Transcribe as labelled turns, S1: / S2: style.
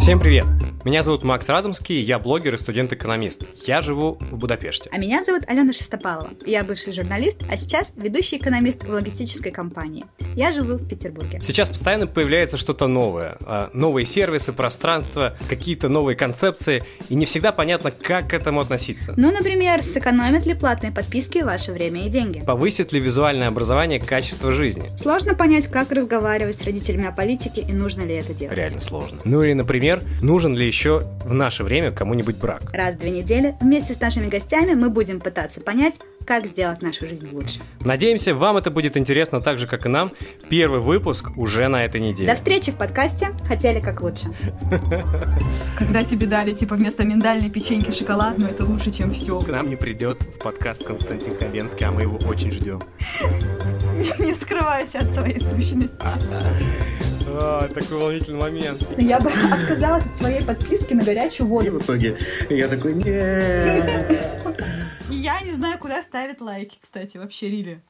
S1: Всем привет! Меня зовут Макс Радомский, я блогер и студент-экономист. Я живу в Будапеште.
S2: А меня зовут Алена Шестопалова. Я бывший журналист, а сейчас ведущий экономист в логистической компании. Я живу в Петербурге.
S1: Сейчас постоянно появляется что-то новое. А, Новые сервисы, пространства, какие-то новые концепции. И не всегда понятно, как к этому относиться.
S2: Ну, например, сэкономят ли платные подписки ваше время и деньги?
S1: Повысит ли визуальное образование качество жизни?
S2: Сложно понять, как разговаривать с родителями о политике и нужно ли это делать.
S1: Реально сложно. Ну или, например, нужен ли еще в наше время кому-нибудь брак?
S2: Раз в две недели вместе с нашими гостями мы будем пытаться понять, как сделать нашу жизнь лучше.
S1: Надеемся, вам это будет интересно так же, как и нам. Первый выпуск уже на этой неделе.
S2: До встречи в подкасте «Хотели как лучше».
S3: Когда тебе дали, типа, вместо миндальной печеньки шоколадную, это лучше, чем все.
S1: К нам не придет в подкаст Константин Хабенский, а мы его очень ждем.
S3: Не скрывайся от своей сущности.
S1: А, такой волнительный момент.
S3: Я бы отказалась от своей подписки на горячую
S4: И
S3: воду.
S4: в итоге я такой, нет.
S3: И я не знаю, куда ставить лайки, кстати, вообще, Рили.